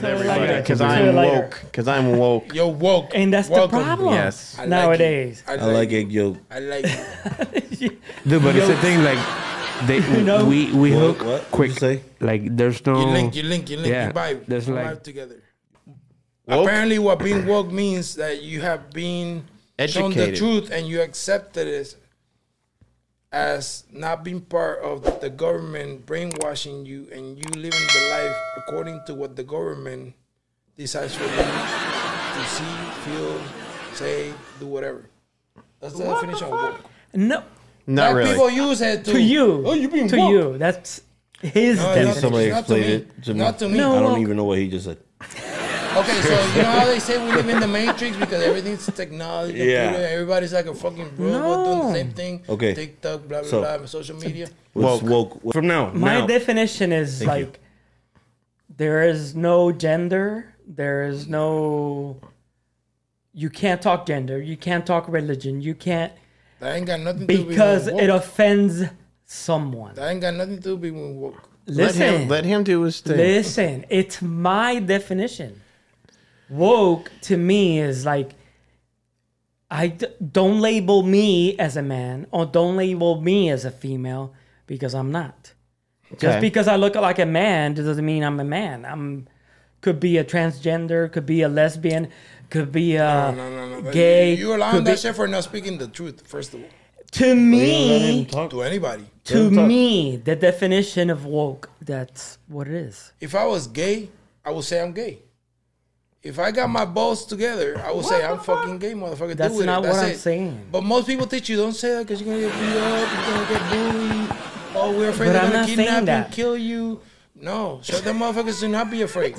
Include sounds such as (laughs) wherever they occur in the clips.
because Do it I'm later. woke. Because I'm woke. Yo, woke. And that's Welcome. the problem Yes. I like it. nowadays. I I like egg yolk. I like it. Dude, but it's the thing like they (laughs) know? we we What- hook what? What'd quick. you say? Oh. Like there's no You link, you link, you link, Yeah, you vibe. there's you like- vibe together. Woke? Apparently, what being woke means that you have been shown the Educated. truth and you accepted it as not being part of the government brainwashing you and you living the life according to what the government decides for you to see, feel, say, do whatever. That's the definition of woke. No, Not Black people really. use it to, to you. Oh, you being to woke. you. That's his No, definition. not to- Somebody not to explained me. it to me. Not to me. No. I don't Well- even know what he just said. Okay, so you know how they say we live in the matrix because everything's technology, computer, Yeah. everybody's like a fucking robot doing the same thing. Okay. TikTok, blah blah So- blah, social media. What's woke? From now, My now. definition is like there is no gender, there is no you can't talk gender, you can't talk religion, you can't That ain't got nothing because to do it with woke. offends someone. That ain't got nothing to do with being woke. Let him, Listen. let him do his thing. Listen, it's my definition. Woke to me is like I d- don't label me as a man or don't label me as a female because I'm not. Just Okay. because I look like a man doesn't mean I'm a man. I'm could be a transgender, could be a lesbian, could be a No, no, no. but Ah. gay. You, you allowing could that be- shit for not speaking the truth, first of all, to me, to anybody. to me, the definition of woke. That's what it is. If I was gay, I would say I'm gay. If I got my balls together, I would say I'm fucking gay, motherfucker. That's do with not it. what That's I'm it. saying. But most people teach you don't say that because you're gonna get beat up, you're gonna get bullied. Oh, we're afraid But they're I'm gonna not saying kidnap you and that. kill you. No, show them motherfuckers do not be afraid.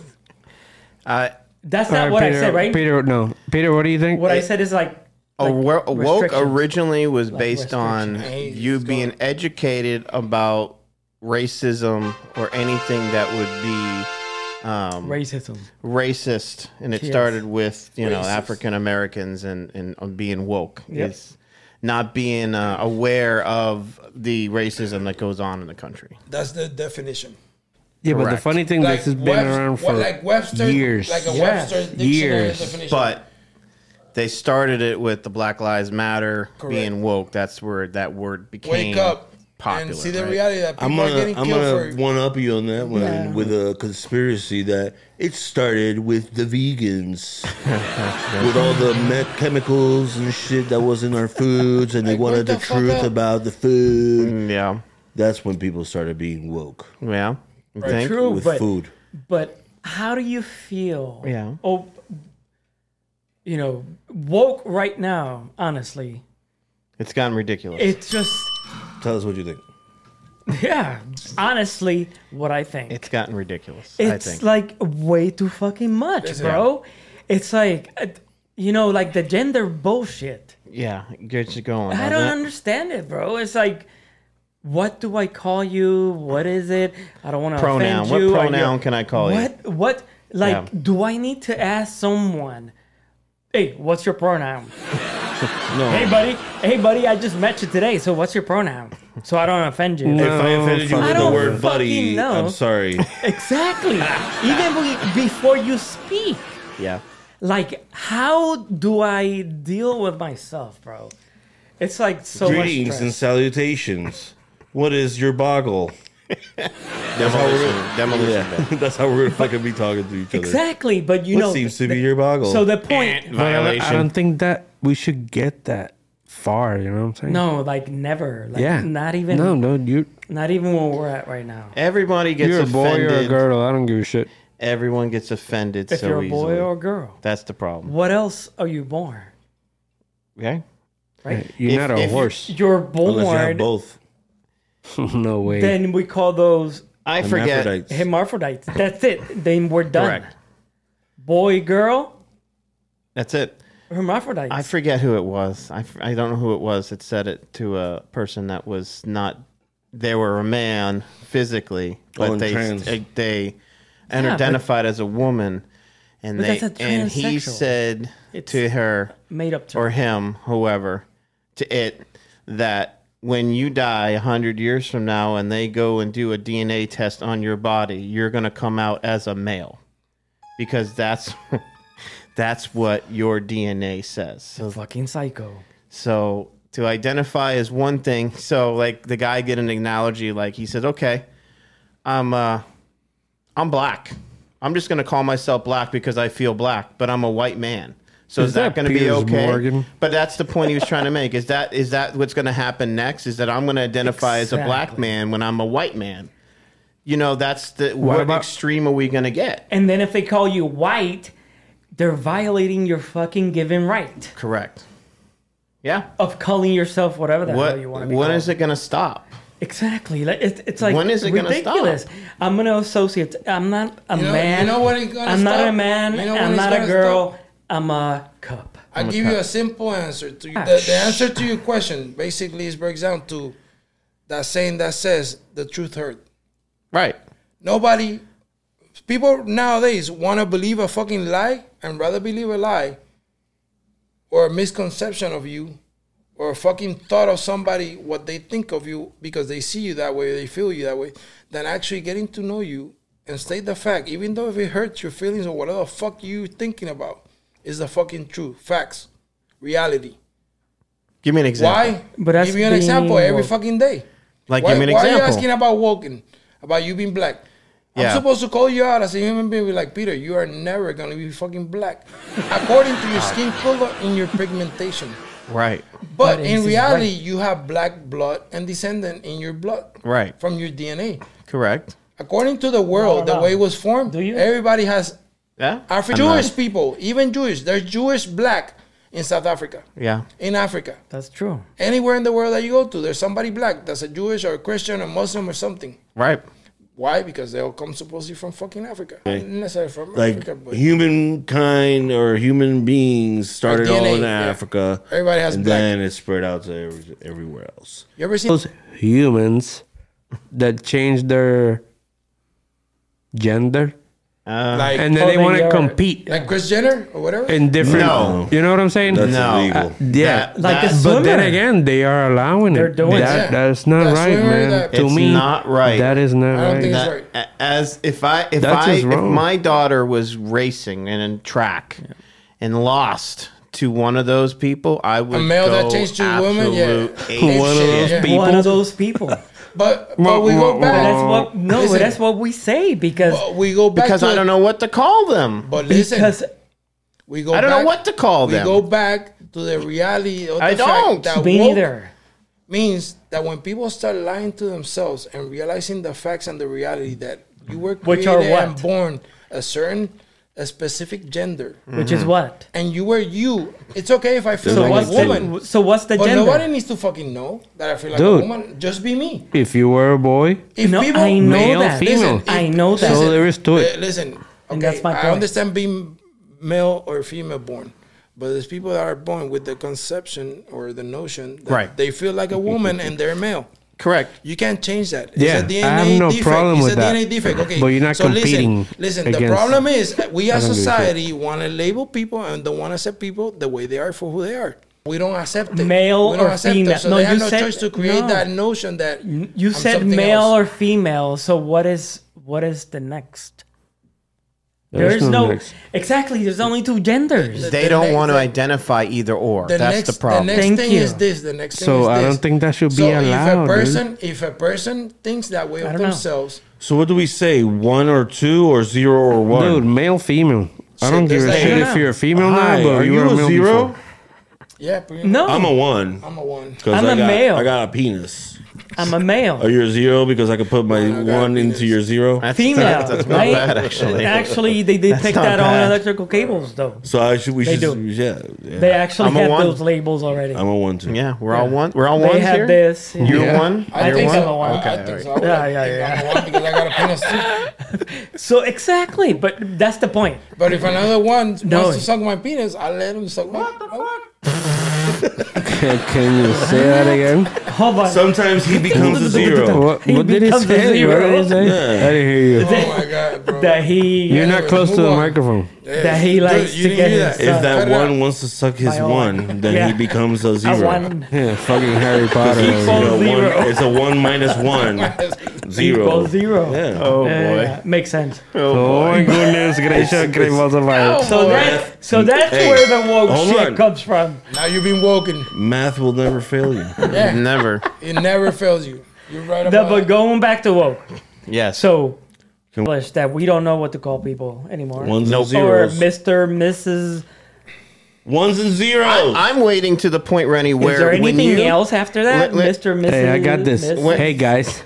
I, That's All not right, what Peter, I said, right? Peter, no. Peter, what do you think? What I said is like, Eh, a like wor- a woke restrictions. originally was based on restrictions. I hate you this being guy. educated about racism or anything that would be um, racism. racist, and it Yes. started with you know African Americans and and being woke. Yep. It's not being uh, aware of the racism that goes on in the country. That's the definition. yeah, but the correct. funny thing this has been Webs- around what- for like Webster, years. like a Yeah. Webster dictionary Years. definition. But they started it with the Black Lives Matter being woke. That's where that word became wake up popular. and see the right? reality that people I'm are gonna getting I'm killed gonna for. one up you on that one with a conspiracy that it started with the (laughs) vegans with all the me- chemicals and shit that was in our foods and they Like, what wanted the the, fuck truth up? about the food. Yeah, That's when people started being woke yeah. You think? True, with but food. but how do you feel? Yeah. Oh, you know, woke right now. Honestly, It's gotten ridiculous. it's just (laughs) Tell us what you think. yeah. Honestly, what I think. it's gotten ridiculous. I It's think. like way too fucking much, Listen. bro. It's like, uh, you know, like the gender bullshit. yeah, it gets you going. I doesn't don't it? understand it, bro. It's like, what do I call you? What is it? I don't want to Pronoun. Offend What you. Are you- pronoun can I call you? What? What? Like, Yeah. do I need to ask someone? Hey, what's your pronoun? No. Hey, buddy. Hey, buddy. I just met you today. So, what's your pronoun? So I don't offend you. No. If I offended you I with the don't word fucking buddy, know. I'm (laughs) sorry. Exactly. Even we- before you speak, Yeah. like, how do I deal with myself, bro? It's like so much Greetings stress. and salutations. What is your boggle? (laughs) Demolition. Demolition. Yeah, that's how we're gonna fucking be talking to each other. Exactly, but you What know, seems to be your boggle? so the (laughs) point. But I, don't- I don't think that we should get that far. You know what I'm saying? No, like never. Like, Yeah. Not even. No, no, you. Not even where we're at right now. Everybody gets You're a boy offended. or a girl. I don't give a shit. Everyone gets offended If so you're a easily. boy or a girl, That's the problem. what else are you born? Okay. Right? You're If- not a if you- (laughs) horse. (laughs) You're Unless you born. have both. no way. then we call those I forget. Hermaphrodites. hermaphrodites. That's it. Then we're done. Correct. Boy, girl, That's it. hermaphrodites. I forget who it was. I, f- I don't know who it was that said it to a person that was not. They were a man physically, but Oh, and they trans. they, they and but- identified as a woman, and But they that's a and he transsexual. said to It's- her Made up or term. him, whoever, to it that when you die a hundred years from now and they go and do a DNA test on your body, you're gonna come out as a male. because that's (laughs) that's what your DNA says. So Fucking psycho. so to identify is one thing. So like the guy did an analogy, like he said, "Okay, I'm uh, I'm black. I'm just gonna call myself black because I feel black, but I'm a white man. So is, Is that, that gonna be Piers okay? Morgan? But that's the point he was trying to make. Is that is that what's gonna happen next? Is that I'm gonna identify as a black Exactly. man when I'm a white man? You know, that's the what, about- extreme are we gonna get? And then if they call you white, they're violating your fucking given right Correct. Yeah. of calling yourself whatever the What hell you want to be. when called. is it gonna stop? Exactly. Like it's, it's like When is it gonna stop? ridiculous. I'm gonna associate. I'm not a You know- man. you know when it's gonna I'm not a stop? man. You know when I'm it's not a gonna girl. I'm a cup. I'll give you a simple answer to you. The, the answer to your question basically is breaks down to that saying that says the truth hurt. Right. Nobody, people nowadays want to believe a fucking lie and rather believe a lie or a misconception of you or a fucking thought of somebody, what they think of you because they see you that way, they feel you that way, than actually getting to know you and state the fact, even though if it hurts your feelings or whatever the fuck you thinking about, is the fucking truth, facts, reality. Give me an example. Why? But that's give you an being example every woke. fucking day. Like, why, give me an why are you example. asking about walking? About you being black? Yeah. I'm supposed to call you out as a human being. Be like, Peter, you are never gonna be fucking black, according to your Ah. skin color and your pigmentation. Right. But But in this is reality, right. you have black blood and descendant in your blood Right. from your DNA. Correct. According to the world, no, the no. way it was formed, Do you? everybody has Yeah. Afri- I'm not- Jewish people, even Jewish. There's Jewish black in South Africa, Yeah. in Africa That's true. anywhere in the world that you go to, there's somebody black that's a Jewish or a Christian or Muslim or something. Right. Why? Because they all come supposedly from fucking Africa. Not necessarily from Like Africa, but humankind or human beings started Our DNA, all in yeah. Africa. Everybody has and black. then it spread out to every, everywhere else. you ever seen Those Uh, humans that change their gender Uh, like and then Oh, they they want to are- compete like Chris Jenner or whatever? in different. No. You know what I'm saying? Uh, That's No. illegal. Yeah. that- Like a that- swimmer. But then again, they are allowing They're it. doing that. it. That's not That's right, where man. that- to It's me, not right. That is not I don't right. think that- it's right. a- as if I if That's I just if wrong. my daughter was racing and in track and lost to one of those people, I would A male that go changed to a woman, yeah. absolute ape One of shit. those Yeah. One of those people. But but we Wah, go wah, (laughs) that's wah. Oh. back. what. No, Listen. that's what we say because But we go back because to I don't know what to call them. But listen, because we go. I don't know back- what to call We them. go back to the reality of the I fact don't. that me woke neither. means that when people start lying to themselves and realizing the facts and the reality that you were Which are created what? and born a certain a specific gender Which Mm-hmm. is what. and you were you it's okay if i feel So like What's a what's woman the, so what's the but gender? nobody needs to fucking know that i feel like Dude. a woman just be me If you were a boy, if No, I know Male, that. female. if- I know that. So there is to it. uh, listen okay that's my i point. understand being male or female born but there's people that are born with the conception or the notion that Right. they feel like a woman and they're male Correct. You can't change that. It's Yeah, a DNA I have no defect. problem it's with a that. DNA defect. Okay, But you're not competing Listen, listen the against- problem is that we as don't give a shit. society want to label people and don't want to accept people the way they are for who they are. We don't accept it. Male we or don't accept female. It. So No, they have you no said- choice to create no. that notion that You I'm said something male else. or female, so what is what is the next? There's There's no, next. exactly. There's only two genders. They the don't next- want to the- identify either or. the That's next the problem. the next Thank thing you. is this. The next thing So is I this. don't think that should be so allowed, If a dude. person, if a person thinks that way I of don't know. themselves, So what do we say? One or two or zero or one? dude, male, female. I don't give a there's shit like- if you're a female Hi, now, but are you you were a male zero? before. yeah, pretty much. No, I'm a one. I'm a one. 'cause I'm I a got- male. I got a penis. I'm a Are male. you a zero because I could put my I one got a penis. into your zero? That's- (laughs) Female. That's not right? bad actually. Actually, they did pick not that on bad. electrical cables, though. So I should we They should do. yeah, yeah. They actually I'm a have one. those labels already. I'm a one two. Yeah, we're all one. We're all they one have here. this. You're Yeah. one. I You're think one? I'm a one. I Okay. think so. all I would Yeah, yeah, think yeah. I'm a one because I got a penis too. So exactly, but that's the point. But if another one No. wants to suck my penis, I let him suck my. (laughs) Can, can you say that (laughs) again? Hold on. (laughs) Sometimes he becomes a zero. What, what did he becomes a say? What did zero. he say? I didn't hear you. Oh my god, (laughs) bro! that he You're Anyway, not close to move the on. microphone. that he likes you to didn't get hear his that. stuff. If that Cut it out. one wants to suck his My own. one, then Yeah. he becomes a zero. one. Yeah, fucking Harry Potter. It's, you know, over here. one- zero. it's a (laughs) one minus one. Zero. Equals zero. Yeah. Oh boy. Yeah, yeah, makes sense. Oh Oh boy. my goodness, gracious, great balls of Oh, fire. So that, so that's Hey, where the woke hold shit on. comes from. Now you've been woken. Math will never (laughs) fail you. Yeah, Never. it never fails you. You're right The, about but going back to woke, Yes. so English that we don't know what to call people anymore. Ones and or zeros. Mister, Mrs. Ones and zeros. I'm waiting to the point, Rennie, where Is there when anything you, else after Let- that? let- Mister, Mrs. Hey, I got this. Miss- Wait. Hey guys,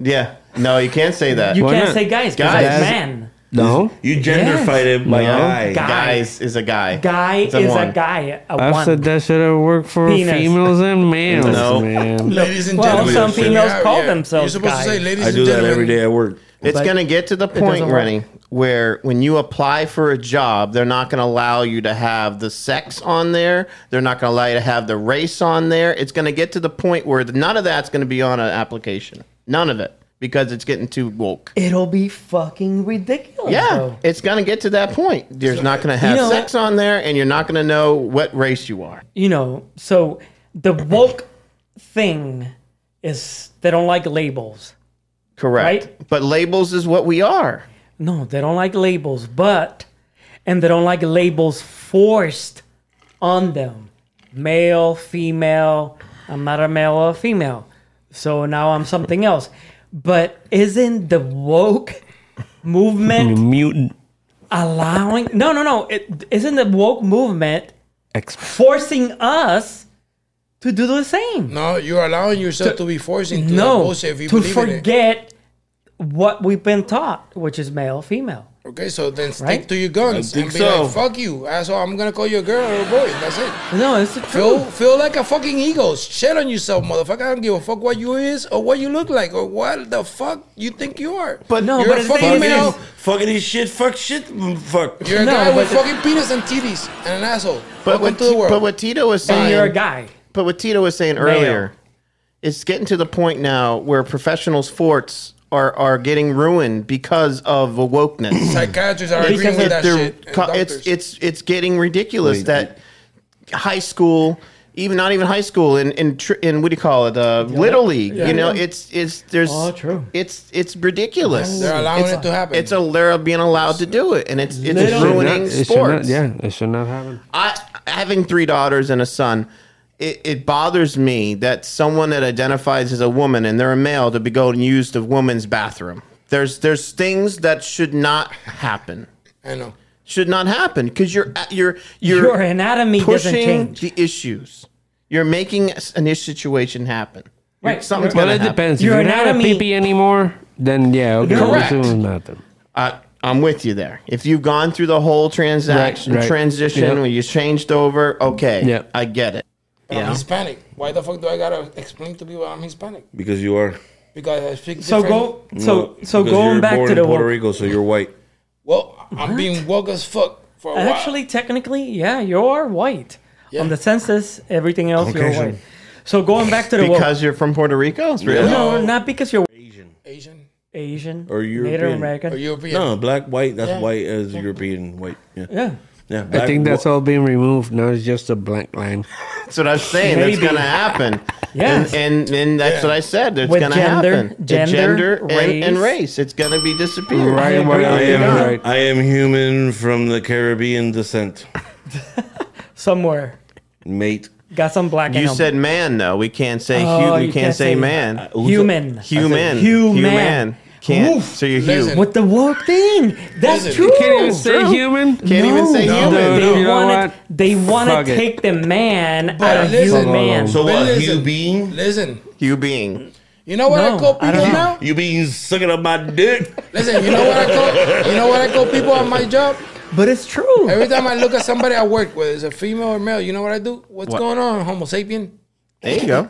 Yeah. No, you can't say that. You Why can't not? say guys. Guys. Guys, man, no, you gender Yes. fight him like No. guy. Guy. guys is a guy. guy a is one. a guy. A I've one. said that should have worked for Penis. females and males, No. man. Ladies and Well, gentlemen, some we females have- call yeah, themselves You're supposed to guys. say, ladies I do and that gentlemen. every day at work. It's But going to get to the doesn't point, work. Rennie, where when you apply for a job, they're not going to allow you to have the sex on there. They're not going to allow you to have the race on there. It's going to get to the point where none of that's going to be on an application. None of it because it's getting too woke. It'll be fucking ridiculous. Yeah, though. it's going to get to that point. There's not going to have know- sex on there, and you're not going to know what race you are. you know, so the woke thing is they don't like labels. Correct. But labels is what we are. No, they don't like labels, but and they don't like labels forced on them. Male, female, I'm not a male or a female. So now I'm something else. But isn't the woke (laughs) movement Mutant allowing No, no, no. It, isn't the woke movement X. forcing us to do the same? No, you're allowing yourself to, be forced into that no bullshit if you to believe in it. forget what we've been taught which is male female Okay, so then stick Right? to your guns I and think be so. like, "Fuck you, asshole! I'm gonna call you a girl or a boy. That's it. no it's the Feel truth feel like a fucking ego. Shit on yourself, motherfucker. I don't give a fuck what you is or what you look like or what the fuck you think you are. But no, you're but a the thing fucking is- male. Fucking his shit, fuck shit, mm, fuck. You're a No, guy with but the- fucking penis and titties and an asshole. But Welcome what, to the world. but what Tito was saying, and you're a guy But what Tito was saying earlier, it's getting to the point now where professional sports are, are getting ruined because of wokeness. Psychiatrists are it's, agreeing with that they're- shit. and co- it's doctors. it's it's getting ridiculous Wait, that high school, even not even high school, in in tr- in what do you call it, uh, little league. you know, it's it's there's Oh, true. It's it's ridiculous. They're allowing it's, it to happen. It's a they're being allowed to do it, and it's it's Little- ruining it should not, sports. yeah, it should not happen. I having three daughters and a son, it, it bothers me that someone that identifies as a woman and they're a male to be going and use the woman's bathroom. There's there's things that should not happen. I know. Should not happen because you're at- you're you're your anatomy doesn't pushing change the issues. You're making s- an issue situation happen. Right. Something's Well, Well, gonna it happen. depends. Your if you don't have a anatomy- pee anymore, then yeah, okay, Correct. this is nothing. I, I'm with you there. If you've gone through the whole transaction Right, right. transition Yep. when you changed over, okay, Yep. I get it. I'm Yeah. Hispanic. Why the fuck do I gotta explain to people I'm Hispanic? Because you are. Because I speak so different. go so No, so because going you're back born to in the Puerto woke- Rico, so you're white. Well, I'm being woke as fuck for a actually technically yeah you're white on the census everything else Caucasian. you're white so going back to the Because you're from Puerto Rico, really? woke no not because you're Asian. while. Asian asian Or native European. american or European. No, black, white. That's Yeah. white as European white. Yeah, yeah yeah. I black, think that's wh- all being removed. Now it's just a blank line. That's what I'm saying. That's Maybe. going to happen. Yes. And, and and that's what I said. It's With going to gender- happen. The gender, and, and race. race. It's going to be disappeared. Right, agree right, with I right, you. right, am, I am human from the Caribbean descent, somewhere mate. got some black in You 'em. said man though. We can't say Oh, hu- you We can't, can't say say- uh, man. human human. Human. Can't. Oof. So you're Listen. human. What the woke thing? That's Listen, you true. Can't even say True. human. Can't even say No. human. Dude, They you know want what? to. They want Fuck to it. take the man But out of listen- human. man. So But what? listen. You being? Listen, You being. you know what No, I call I people don't know. now? You being sucking up my dick? Listen, you know what I call you know what I call people on my job? but it's true. Every time I look at somebody I work with, it's a female or male, you know what I do? What's What? going on, Homo sapien? There you go.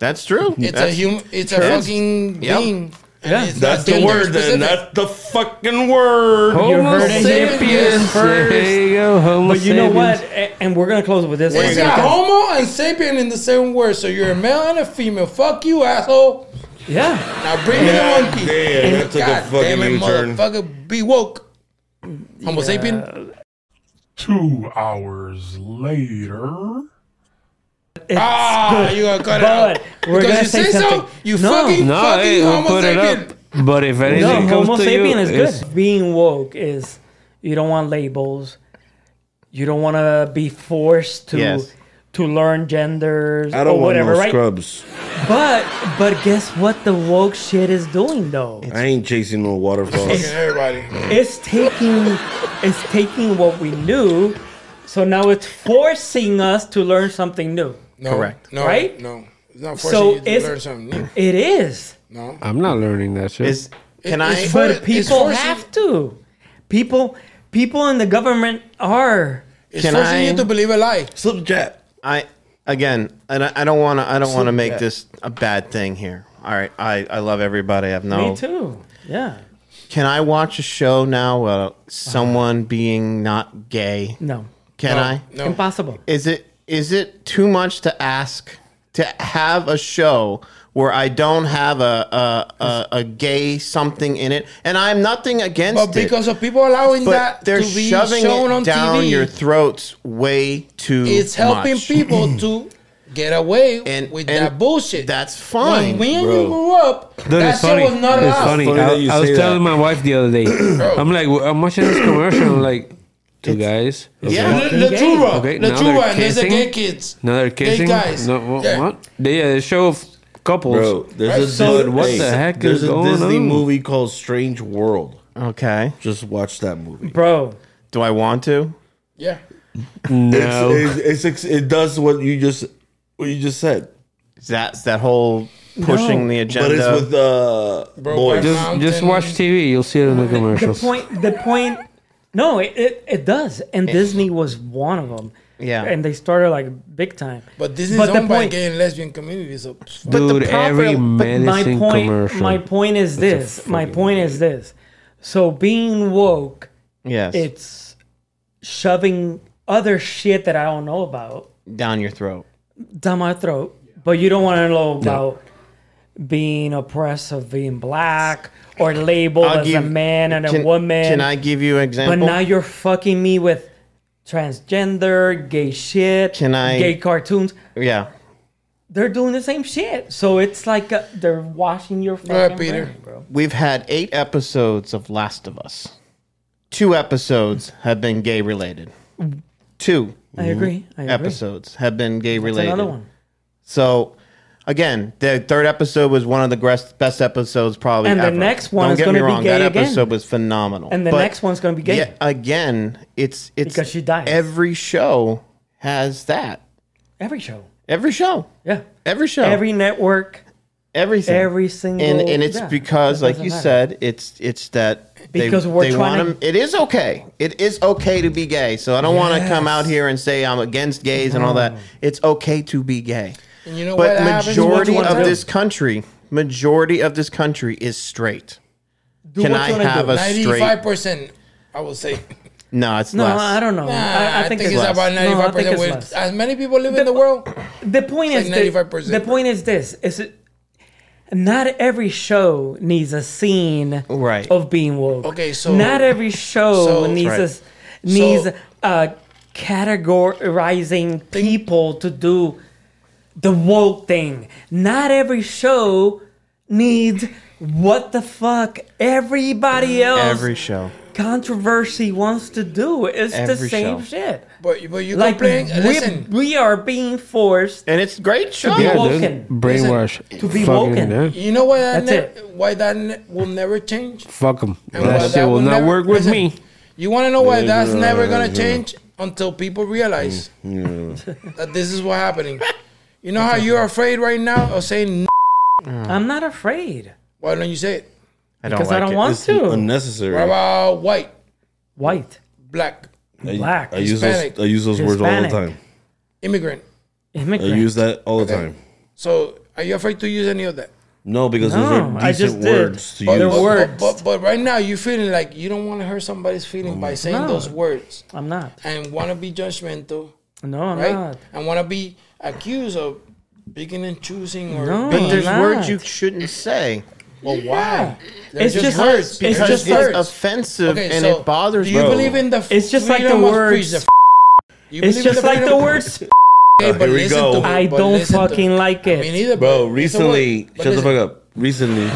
That's true. It's a That's- human it's a Sure. fucking Yep. being. and Yeah. it's That's not the gender word, then. specific. That's the fucking word. You Homo heard it here sapiens. first. There you go, Homo But you know what? sapiens. A- And we're gonna close with this. one It's a because- homo and sapien in the same word, so you're a male and a female. Fuck you, asshole. yeah. Now bring me the God monkey. damn, that took a God fucking damn it, U-turn. motherfucker. Be woke. Homo sapien. (laughs) Two hours later. It's Ah, you gonna cut it out. But we're Because gonna you say say so, something. you no, fucking- No, Fucking hey, we'll Homo put it sapien. up. But if no. anything comes Homo to sapien you, is it's- good. Being woke is you don't want labels. You don't want to be forced to Yes. to learn genders I oh, don't or whatever, want no right? scrubs. But but guess what? The woke shit is doing though. I ain't chasing no waterfalls. Fucking everybody. It's taking it's taking what we knew, so now it's forcing us to learn something new. No, Correct. No, Right? No, it's not forcing So you to it's- learn something new. It is. No, I'm not learning that shit. Is can It- I? it's But It's people forcing- have to. People people in the government are it's Can forcing I- you to believe a lie. Slip jab. I again, and I, I don't want to. I don't want to make this a bad thing here. All right, I I love everybody. I have no. me too. Yeah. Can I watch a show now? Uh, someone being not gay. No. Can No, I? No. Impossible. Is it is it too much to ask to have a show where I don't have a a, a, a gay something in it? And I'm nothing against But it. because of people allowing but that they're to be shoving shown on it down TV, your throats way too it's helping much. people (clears throat) to get away And- with and that bullshit. that's fine, When we and bro. you grew up, Dude, that it's shit funny. was not it's allowed. funny. Funny that you I, I was say telling that. my wife the (clears throat) other day. I'm like, "Well, I'm watching this commercial. I'm like, two guys. Okay. Yeah. Le- Le gay. Churra, Le Okay, now Churra, they're and there's the kissing. gay kids. Now they're kissing. guys. No, what? Yeah. what? They uh, show of couples. Bro, there's a So- Dis- what the hey, heck There's a is going Disney on? movie called Strange World. Okay. Just watch that movie. Bro. Do I want to? Yeah. No. It's, it's, it's, it does what you just what you just said, That's that whole pushing No. the but agenda. it's with uh, Bro, boys. why just, just watch TV. You'll see it in the The commercials. point the point no, it, it, it does. And Disney was one of them. Yeah. And they started like big time. But this is But the owned by point- gay and lesbian communities. So but the Dude, proper- every But medicine my point, commercial. My point is this. My point is this. So being woke, yes, it's shoving other shit that I don't know about down your throat. down my throat, but you don't want to know about being oppressed of being black or labeled I'll as a give- man and Can- a woman. Can I give you an but example? now you're fucking me with transgender, gay shit, Can I- gay cartoons. yeah. They're doing the same shit. So it's like uh they're washing your fucking ahead, Peter. brain, bro. We've had eight episodes of Last of Us. Two episodes have been gay related. Two I agree. I agree. episodes have been gay It's related. another one. So, again, the third episode was one of the gres- best episodes probably. And the ever. next one Don't is get gonna me be wrong. gay That again. episode was phenomenal. And the But next one's gonna be gay. yet again, it's it's Because she dies. Every show has that. Every show. Every show. Yeah. Every show. Every network. everything. every single- And and it's yeah, because, it like doesn't you matter. said, it's it's that they- Because we're they trying want to- It is okay. It is okay to be gay. So I don't want to come out here and say I'm against gays and all that. It's okay to be gay. And you know But what happens when majority you of do? this country, majority of this country is straight. Do Can what I you wanna have do. a straight? ninety-five percent, I would say. No, it's No, less. I don't know. Nah, I, I think it's, less. about No, I ninety-five think percent. it's less. with as many people live in the world. The point like is the, 95%. the point is this: is it, not every show needs a scene Right. of being woke. Okay, so- not every show so- needs Right. a s- needs So- uh, categorizing people to do the woke thing. Not every show needs what the fuck everybody else Every show. controversy wants to do. It's the Every same show. shit. But but you Like complain. we, Listen, we are being forced And it's great show. be yeah, woken. dude, brainwash. To be Fucking, woken. yeah. you know why that That's ne- why that ne- will never change. Fuck them. And why That shit will not never- work with listen, me. You want to know why that's Yeah, never gonna yeah. Mm, change until people realize that this is what's happening. You know how you're afraid right now of saying. N- I'm not afraid why don't you say it? I don't because like I don't it. want It's to. unnecessary. What about white, White, black, black, I use those, Hispanic. I use those words all the Hispanic. time. immigrant? I immigrant. use that all the time. So are you afraid to use any of that? No, because those No, are I just decent did. words to But use. they're But- words. But, but, but right now you're feeling like you don't want to hurt somebody's feeling Mm. by saying No. those words I'm not. and want to be judgmental, No, I'm right? not. And want to be accused of picking and choosing or No. being- But there's Not. words you shouldn't say. Well, why? That It's just- it's because Because just it's hurts. offensive Okay, and so it bothers Do you me. believe in the? It's just like the freedom of speech, words. the f- you It's believe in just like the freedom of- words. Okay, (laughs) but here we listen go. to me, I but don't listen to me. fucking like Me it. neither, Bro, but it's a word. recently, But shut the listen- fuck up. Recently,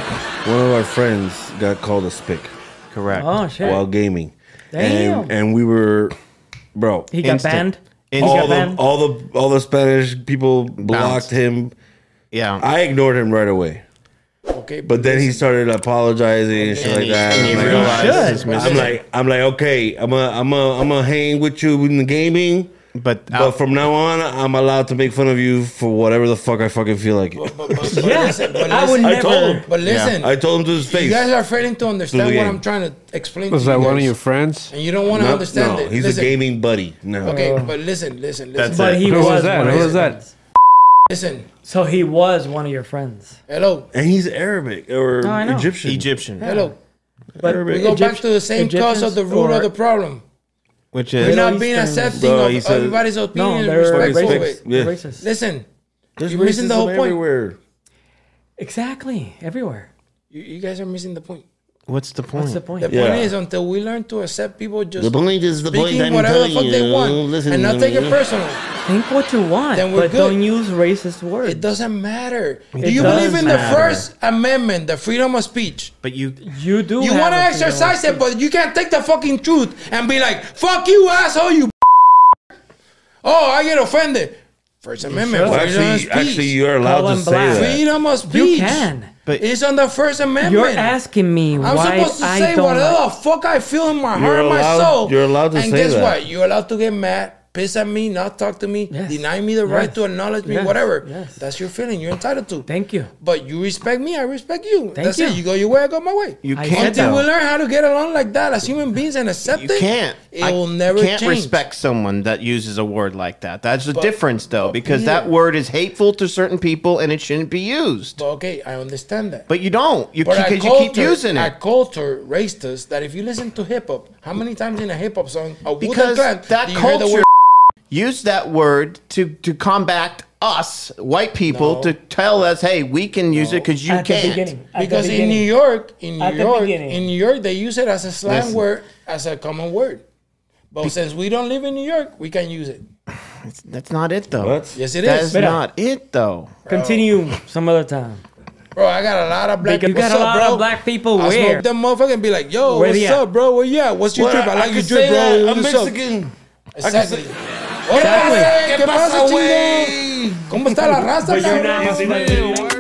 one of our friends got called a spick Correct. Oh shit! while gaming. Damn. And, and we were, bro, he got instant. banned. Instant. He all got the, banned. all the all the Spanish people blocked Bounced. him. yeah. I ignored him right away. Okay, But then he started apologizing and shit and like you, that. and you I'm like, realize "Oh, it's I'm missing. like, I'm like, okay, I'm a, I'm a, I'm a hang with you in the gaming, but but from now on, I'm allowed to make fun of you for whatever the fuck I fucking feel like. But, but, but, but Yeah, listen, but I would listen, I told never. him. But listen, I told him to his face. you guys are failing to understand the what game. I'm trying to explain. Was to that you one of guys. your friends? And you don't want to no, understand no, it. he's listen, a gaming buddy. No, Okay, but listen, listen, listen. That's But it. he Who was. was that? One of Who your was that? friends. listen. So he was one of your friends. Hello, and he's Arabic or No, Oh, I know. Egyptian. Egyptian, hello. But We go back to the same cause of the root of the problem. which We're is not Middle being Eastern. accepting Bro, he of said- everybody's No, opinion and they're respectful of racist. it. Yeah. They're racist. Listen, There's You're missing the racism whole point. Everywhere. Exactly. Everywhere. you, you guys are missing the point. what's the point? What's the point? The Yeah. point is until we learn to accept people just The point is the point speaking I'm whatever the telling fuck you. they want Listen and not to take it me. personal. Think what you want, Then we're but good. don't use racist words. It doesn't matter. Do It you does believe in matter. the First Amendment, the freedom of speech? But you, You do. You have want to a freedom of exercise it, speech. but you can't take the fucking truth and be like, "Fuck you, asshole, you." (laughs) Oh, I get offended. First Amendment, Well, freedom actually, of speech. actually, you're allowed Call to him say black. that. freedom of speech. you can. but It's on the First Amendment. You're asking me I'm why supposed to I say don't. whatever like- the fuck I feel in my You're heart and my allowed- soul. you're allowed to and say guess that. what? You're allowed to get mad, piss at me, not talk to me, Yes. deny me the right Yes. to acknowledge me, Yes. whatever. Yes. That's your feeling. You're entitled to. Thank you. but you respect me, I respect you. That's you. it. You go your way, I go my way. you I can't. said Until though. we learn how to get along like that as human beings and accept You it, can't. It I will never can't change. respect someone that uses a word like that. That's the difference, though, because that word is hateful to certain people and it shouldn't be used. But okay, I understand that. But you don't. You But our because you keep culture- using Our it. culture raised us that if you listen to hip hop, how many times in a hip hop song, a Wu Because Clan, that do you hear the culture word Use that word to to combat us white people to tell us, hey, we can use it because you At the can't. beginning. At Because the in New beginning. York, in New At the York, beginning. in New York, they use it as a slang Listen. word, as a common word. But since we don't live in New York, we can use it. That's not it, though. What? Yes, it That's is, uh, Mira. not it, though. Continue some other time. bro. I got a lot of black. Because you what's got a up, lot bro? of black people. I Where? smoke them motherfucker and be like, "Yo, Where they what's at? up, bro? Where you at? What's your Well, trip? I like your could drip, say that. bro. I'm What's up?" Mexican. Exactly. Hey, Hola, ¿Qué pasa, chingón? güey? ¿Cómo está la raza, But you're cabrón? not-